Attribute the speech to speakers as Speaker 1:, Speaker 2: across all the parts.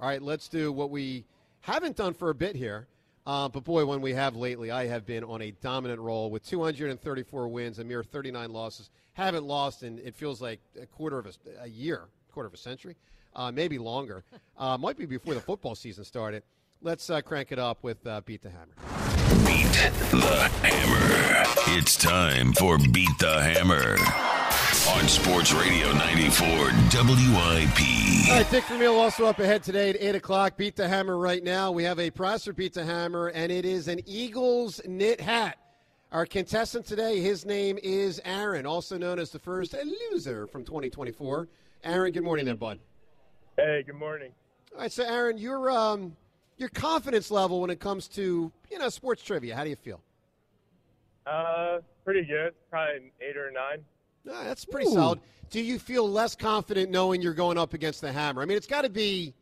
Speaker 1: All right, let's do what we haven't done for a bit here. Uh, but boy, when we have lately, I have been on a dominant roll with 234 wins, a mere 39 losses. Haven't lost in it feels like a quarter of a, a year, quarter of a century, uh, maybe longer. Uh, might be before the football season started. Let's uh, crank it up with uh, Beat the Hammer.
Speaker 2: Beat the Hammer. It's time for Beat the Hammer on Sports Radio 94 WIP.
Speaker 1: All right, Dick Vermeil also up ahead today at 8 o'clock. Beat the Hammer right now. We have a prize for Beat the Hammer, and it is an Eagles knit hat. Our contestant today, his name is Aaron, also known as the first loser from 2024. Aaron, good morning there, bud.
Speaker 3: Hey, good morning.
Speaker 1: All right, so Aaron, your, um, your confidence level when it comes to, you know, sports trivia, how do you feel?
Speaker 3: Uh, pretty good. Probably an eight or a nine.
Speaker 1: Uh, that's pretty solid. Do you feel less confident knowing you're going up against the hammer? I mean, it's got to be,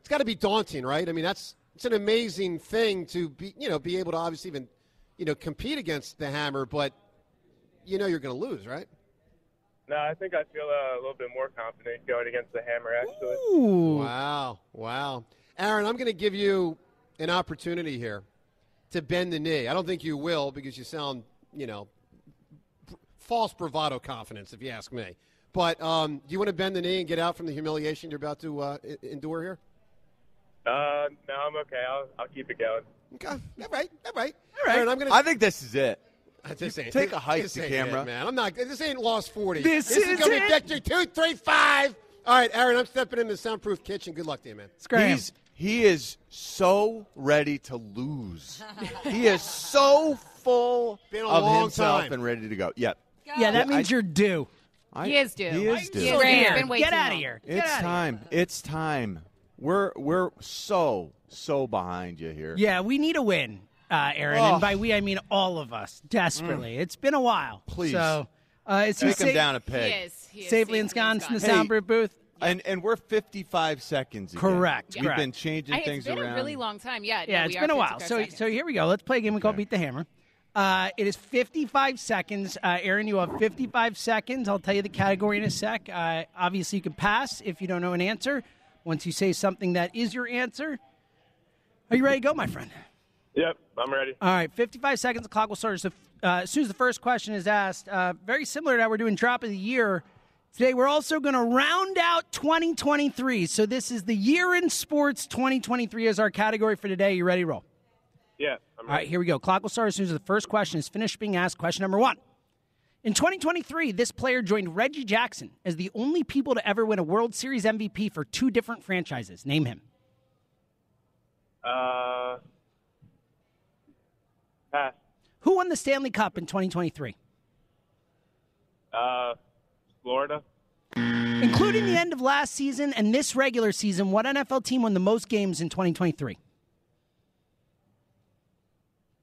Speaker 1: it's got to be daunting, right? I mean, that's it's an amazing thing to be, you know, be able to obviously even, you know, compete against the hammer, but you know you're going to lose, right?
Speaker 3: No, I think I feel uh, a little bit more confident going against the hammer. Actually,
Speaker 1: Wow, wow, Aaron, I'm going to give you an opportunity here to bend the knee. I don't think you will because you sound, you know, false bravado confidence, if you ask me. But um, do you want to bend the knee and get out from the humiliation you're about to uh, e- endure here?
Speaker 3: uh, no, I'm okay. I'll, I'll keep it going.
Speaker 1: Okay. All right. All right.
Speaker 4: All right.
Speaker 1: Aaron, I'm gonna.
Speaker 4: I think this is it.
Speaker 1: this ain't,
Speaker 4: take a hike
Speaker 1: this
Speaker 4: to
Speaker 1: ain't
Speaker 4: camera.
Speaker 1: it, man. I'm not. This ain't lost forty.
Speaker 4: This
Speaker 1: is
Speaker 4: is
Speaker 1: gonna
Speaker 4: it.
Speaker 1: be Dexter two three five. All right, Aaron. I'm stepping in the soundproof kitchen. Good luck to you, man.
Speaker 4: He's he is so ready to lose. he is so full
Speaker 1: Been a
Speaker 4: of
Speaker 1: long
Speaker 4: himself
Speaker 1: time.
Speaker 4: and ready to go. Yep.
Speaker 5: Yeah, that
Speaker 4: Yeah,
Speaker 5: means
Speaker 4: I-
Speaker 5: you're due.
Speaker 4: I-
Speaker 6: He is due.
Speaker 4: He is
Speaker 6: He
Speaker 4: due.
Speaker 6: is
Speaker 5: Get
Speaker 6: due.
Speaker 5: out
Speaker 6: It's
Speaker 5: of
Speaker 6: been way
Speaker 5: here. Get
Speaker 6: too
Speaker 5: out of
Speaker 6: long.
Speaker 5: here. Get
Speaker 4: It's
Speaker 5: outta
Speaker 4: time. It's time. We're we're so so behind you here.
Speaker 5: Yeah, we need a win, uh, Aaron.
Speaker 4: Oh. Mm.
Speaker 5: And by we, I mean all of us, desperately. It's been a while.
Speaker 4: Please.
Speaker 5: So, uh, is he
Speaker 4: Take him
Speaker 5: sa-
Speaker 4: down a
Speaker 6: He
Speaker 4: peg.
Speaker 6: is. He is
Speaker 5: safely ensconced in the
Speaker 4: Hey.
Speaker 5: soundproof booth?
Speaker 4: And and we're 55 seconds. Again.
Speaker 5: Correct,
Speaker 4: We've
Speaker 5: correct.
Speaker 4: been changing
Speaker 6: I-
Speaker 4: things
Speaker 6: it's been
Speaker 4: around.
Speaker 6: a really long time. Yeah.
Speaker 5: Yeah,
Speaker 6: Uh, no,
Speaker 5: it's
Speaker 6: we
Speaker 5: been
Speaker 6: are
Speaker 5: a while.
Speaker 6: 55
Speaker 5: So,
Speaker 6: seconds.
Speaker 5: so here we go. Let's play a game we call Beat the Hammer. Uh, it is 55 seconds. Uh, Aaron, you have 55 seconds. I'll tell you the category in a sec. Uh, obviously, you can pass if you don't know an answer. Once you say something that is your answer, are you ready to go, my friend?
Speaker 3: Yep, I'm ready.
Speaker 5: All right, 55 seconds. The clock will start as, the, uh, as soon as the first question is asked. Uh, very similar to how we're doing drop of the year. Today, we're also going to round out 2023. So, this is the year in sports 2023 is our category for today. You ready, roll?
Speaker 3: Yeah, I'm
Speaker 5: All right,
Speaker 3: ready.
Speaker 5: here we go. Clock will start as soon as the first question is finished being asked. Question number one. In 2023, this player joined Reggie Jackson as the only people to ever win a World Series MVP for two different franchises. Name him.
Speaker 3: Uh, pass.
Speaker 5: Who won the Stanley Cup in 2023?
Speaker 3: Uh, Florida.
Speaker 5: Including the end of last season and this regular season, what NFL team won the most games in 2023?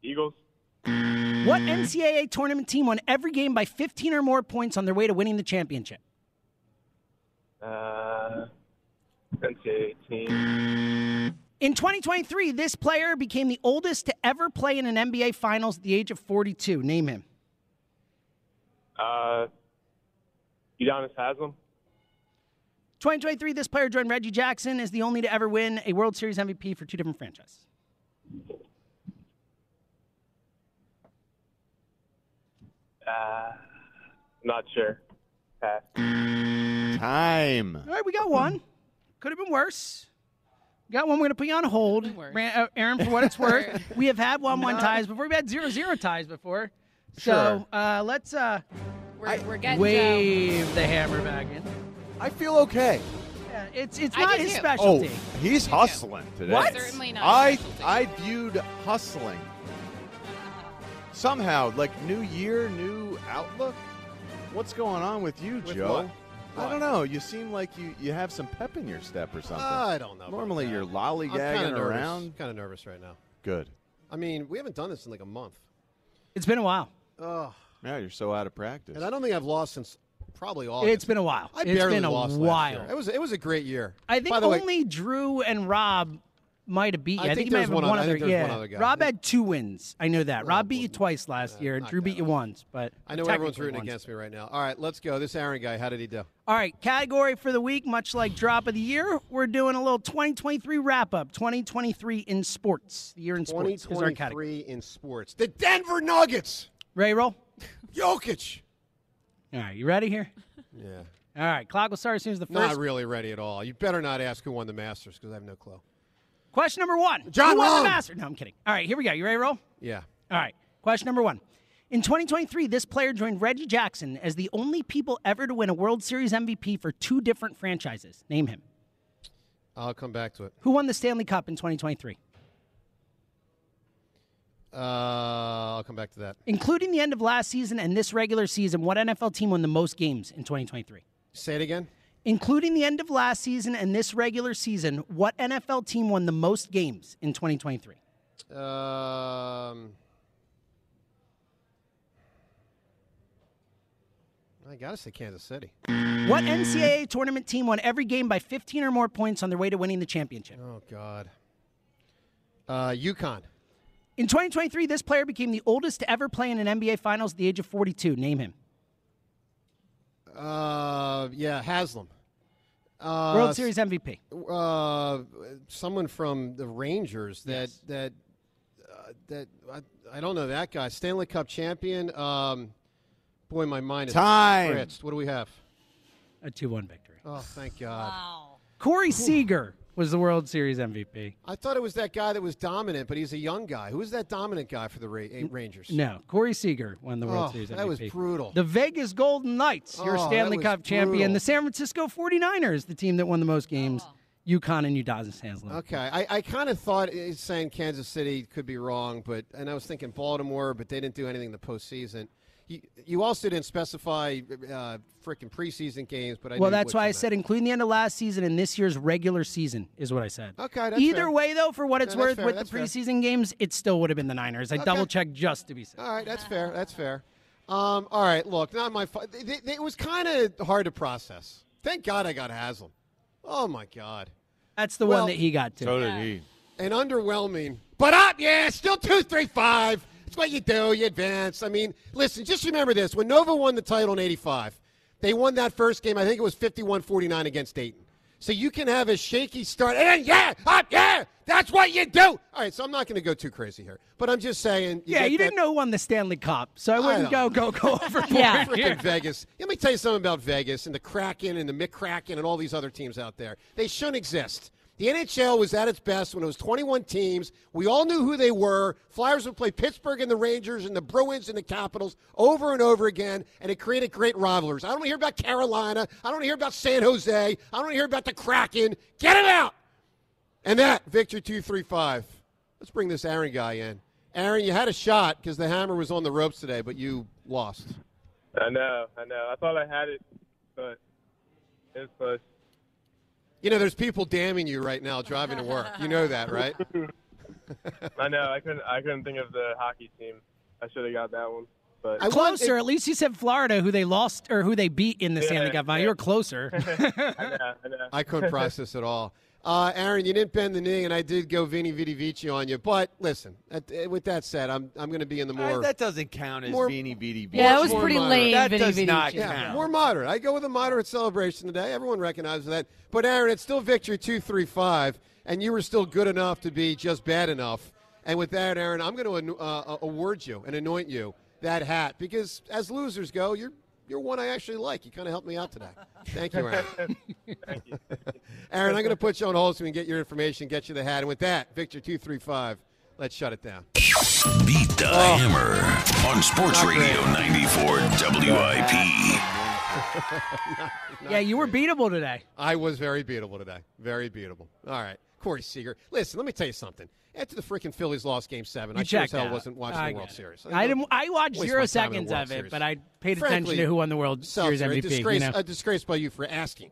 Speaker 3: Eagles.
Speaker 5: What NCAA tournament team won every game by 15 or more points on their way to winning the championship?
Speaker 3: Uh, NCAA team.
Speaker 5: In 2023, this player became the oldest to ever play in an NBA Finals at the age of 42. Name him.
Speaker 3: Uh, Udonis Haslam.
Speaker 5: 2023, this player joined Reggie Jackson as the only to ever win a World Series MVP for two different franchises.
Speaker 3: Uh, not sure. Pass.
Speaker 4: Time.
Speaker 5: All right, we got one. Could have been worse. Got one. We're going to put you on hold,
Speaker 6: Don't worry.
Speaker 5: Ran, uh, Aaron. For what it's worth, we have had one-one ties before. We've had zero-zero ties before. So uh, let's uh,
Speaker 6: We're, we're getting Joe.
Speaker 5: wave the hammer back in.
Speaker 4: I feel okay.
Speaker 5: Yeah, it's it's
Speaker 6: I
Speaker 5: not
Speaker 6: do
Speaker 5: his
Speaker 6: too.
Speaker 4: Oh,
Speaker 5: specialty.
Speaker 4: he's hustling today.
Speaker 5: What?
Speaker 6: Certainly not
Speaker 4: I
Speaker 6: specialty.
Speaker 4: I viewed hustling somehow like new year, new outlook. What's going on with you,
Speaker 1: With
Speaker 4: Joe?
Speaker 1: what?
Speaker 4: I don't know. You seem like you, you have some pep in your step or something.
Speaker 1: I don't know. about
Speaker 4: Normally
Speaker 1: that.
Speaker 4: you're lollygagging around.
Speaker 1: Kind of nervous right now.
Speaker 4: Good.
Speaker 1: I mean, we haven't done this in like a month.
Speaker 5: It's been a while.
Speaker 1: Ugh.
Speaker 4: Now you're so out of practice.
Speaker 1: And I don't think I've lost since probably August.
Speaker 5: It's been a while.
Speaker 1: I
Speaker 5: it's
Speaker 1: barely
Speaker 5: been a
Speaker 1: lost last
Speaker 5: while.
Speaker 1: year. It was it was a great year.
Speaker 5: I think
Speaker 1: By the way,
Speaker 5: only Drew and Rob might have beat you.
Speaker 1: I
Speaker 5: I,
Speaker 1: think
Speaker 5: you might
Speaker 1: there's
Speaker 5: have
Speaker 1: one-
Speaker 5: one
Speaker 1: I
Speaker 5: other.
Speaker 1: think there's
Speaker 5: yeah,
Speaker 1: one other guy.
Speaker 5: Rob had two wins. I know that. Rob beat you
Speaker 1: wasn't-
Speaker 5: twice last year, and
Speaker 1: knocked
Speaker 5: Drew beat
Speaker 1: that
Speaker 5: you
Speaker 1: off.
Speaker 5: once. But
Speaker 1: I know everyone's
Speaker 5: technically
Speaker 1: rooting
Speaker 5: once.
Speaker 1: against me right now. All right, let's go. This Aaron guy, how did he do?
Speaker 5: All right, category for the week, much like drop of the year, we're doing a little 2023 wrap up. 2023 in sports. The year in sports is our category.
Speaker 1: 2023 in sports. The Denver Nuggets.
Speaker 5: Ready, to roll.
Speaker 1: Jokic.
Speaker 5: All right, you ready here?
Speaker 1: Yeah.
Speaker 5: All right, clock will start as soon as the
Speaker 1: Not
Speaker 5: first
Speaker 1: really ready at all. You better not ask who won the Masters because I have no clue.
Speaker 5: question number one.
Speaker 1: John
Speaker 5: Who won
Speaker 1: Rahm.
Speaker 5: the master? No, I'm kidding. All right, here we go. You ready, to roll?
Speaker 1: Yeah.
Speaker 5: All right. Question number one. In 2023, this player joined Reggie Jackson as the only people ever to win a World Series MVP for two different franchises. Name him.
Speaker 1: I'll come back to it.
Speaker 5: Who won the Stanley Cup in 2023?
Speaker 1: Uh, I'll come back to that.
Speaker 5: Including the end of last season and this regular season, what NFL team won the most games in 2023?
Speaker 1: Say it again.
Speaker 5: Including the end of last season and this regular season, what NFL team won the most games in 2023?
Speaker 1: Um, I gotta say Kansas City.
Speaker 5: What NCAA tournament team won every game by 15 or more points on their way to winning the championship?
Speaker 1: Oh God. Uh, UConn.
Speaker 5: In 2023, this player became the oldest to ever play in an NBA Finals at the age of 42. Name him.
Speaker 1: Uh, yeah, Haslam. Uh,
Speaker 5: World Series MVP.
Speaker 1: Uh, someone from the Rangers that that uh, that I, I don't know that guy. Stanley Cup champion. Um, boy, my mind is
Speaker 4: Time.
Speaker 1: fritzed. What do we have?
Speaker 5: A 2 1 victory.
Speaker 1: Oh, thank God.
Speaker 6: Wow.
Speaker 5: Corey Seager was the World Series MVP.
Speaker 1: I thought it was that guy that was dominant, but he's a young guy. Who is that dominant guy for the Ra- eh, Rangers?
Speaker 5: No, Corey Seager won the World
Speaker 1: Oh,
Speaker 5: Series MVP.
Speaker 1: that was brutal.
Speaker 5: The Vegas Golden Knights, your
Speaker 1: Oh, that
Speaker 5: Stanley
Speaker 1: was
Speaker 5: Cup champion.
Speaker 1: brutal. Oh.
Speaker 5: The San Francisco 49ers, the team that won the most games. UConn and Udonis Haslem.
Speaker 1: Okay, I, I kind of thought eh, saying Kansas City could be wrong, but and I was thinking Baltimore, but they didn't do anything in the postseason. You, you also didn't specify uh, freaking preseason games, but I
Speaker 5: Well,
Speaker 1: knew
Speaker 5: that's
Speaker 1: what
Speaker 5: why
Speaker 1: you
Speaker 5: I
Speaker 1: meant.
Speaker 5: said including the end of last season and this year's regular season is what I said.
Speaker 1: Okay, that's
Speaker 5: Either
Speaker 1: fair.
Speaker 5: way, though, for what it's
Speaker 1: No, that's
Speaker 5: worth,
Speaker 1: fair,
Speaker 5: with the
Speaker 1: that's fair.
Speaker 5: preseason games, it still would have been the Niners. I double checked just to be safe.
Speaker 1: All right, that's fair. That's fair. Um, all right, look, not my fault. They- they- It was kind of hard to process. Thank God I got Haslam. Oh my God,
Speaker 5: That's the
Speaker 1: Well-
Speaker 5: one that he got to.
Speaker 4: So did he.
Speaker 1: and underwhelming. But up, yeah, still two, three, five. It's what you do. You advance. I mean, listen, just remember this: when Nova won the title in '85, they won that first game. I think it was 51-49 against Dayton. So you can have a shaky start, and then, yeah, up, yeah, that's what you do. All right, so I'm not going to go too crazy here, but I'm just saying.
Speaker 5: yeah,
Speaker 1: get
Speaker 5: you
Speaker 1: that-
Speaker 5: didn't know who won the Stanley Cup, so I wouldn't
Speaker 1: know.
Speaker 5: go go go overboard.
Speaker 6: Yeah.
Speaker 5: here.
Speaker 1: Freaking Vegas. Let me tell you something about Vegas and the Kraken and the McCracken and all these other teams out there. They shouldn't exist. The NHL was at its best when it was 21 teams. We all knew who they were. Flyers would play Pittsburgh and the Rangers and the Bruins and the Capitals over and over again, and it created great rivalries. I don't hear about Carolina. I don't hear about San Jose. I don't hear about the Kraken. Get it out! And that, Victor 235. Let's bring this Aaron guy in. Aaron, you had a shot because the hammer was on the ropes today, but you lost.
Speaker 3: I know, I know. I thought I had it, but it was close.
Speaker 1: You know, there's people damning you right now driving to work. You know that, right?
Speaker 3: I know. I couldn't. I couldn't think of the hockey team. I should have got that one. But
Speaker 1: I-
Speaker 5: closer. At least you said Florida, who they lost or who they beat in the Stanley
Speaker 3: Yeah,
Speaker 5: Cup. Now
Speaker 3: yeah.
Speaker 5: you're closer.
Speaker 3: I know. I know.
Speaker 1: I couldn't process it all. Uh, Aaron, you didn't bend the knee, and I did go Vini Vidi Vici on you. But listen, at, eh, with that said, I'm I'm going to be in the
Speaker 4: All right,
Speaker 1: more
Speaker 4: that doesn't count as
Speaker 1: More-
Speaker 4: beanie beanie. beanie.
Speaker 6: Yeah, that was
Speaker 1: more
Speaker 6: pretty
Speaker 1: moderate.
Speaker 6: lame.
Speaker 4: That
Speaker 6: Vinny
Speaker 4: does
Speaker 6: Vinny
Speaker 4: not
Speaker 6: Jr.
Speaker 4: count.
Speaker 1: more moderate. I go with a moderate celebration today. Everyone recognizes that. But Aaron, it's still victory two three five, and you were still good enough to be just bad enough. And with that, Aaron, I'm going to uh, award you and anoint you that hat because as losers go, you're you're one I actually like. You kind of helped me out today. Thank you, Aaron.
Speaker 3: Thank you.
Speaker 1: Aaron, I'm going to put you on hold so we can get your information, get you the hat. And with that, Victor 235, let's shut it down.
Speaker 7: Beat the Hammer on Sports Radio 94 WIP.
Speaker 5: yeah, you were beatable today.
Speaker 1: I was very beatable today. Very beatable. All right. Corey Seager. Listen, let me tell you something. After the freaking Phillies lost game seven,
Speaker 5: You
Speaker 1: I sure as
Speaker 5: checked
Speaker 1: hell
Speaker 5: out.
Speaker 1: wasn't watching
Speaker 5: I
Speaker 1: the World
Speaker 5: get it.
Speaker 1: Series.
Speaker 5: I didn't. I watched
Speaker 1: Waste
Speaker 5: zero
Speaker 1: my time in the
Speaker 5: seconds
Speaker 1: World
Speaker 5: of it,
Speaker 1: Series.
Speaker 5: but I paid
Speaker 1: Frankly,
Speaker 5: attention to who won the World
Speaker 1: Seltzer,
Speaker 5: Series MVP.
Speaker 1: A disgrace,
Speaker 5: you know?
Speaker 1: a disgrace by you for asking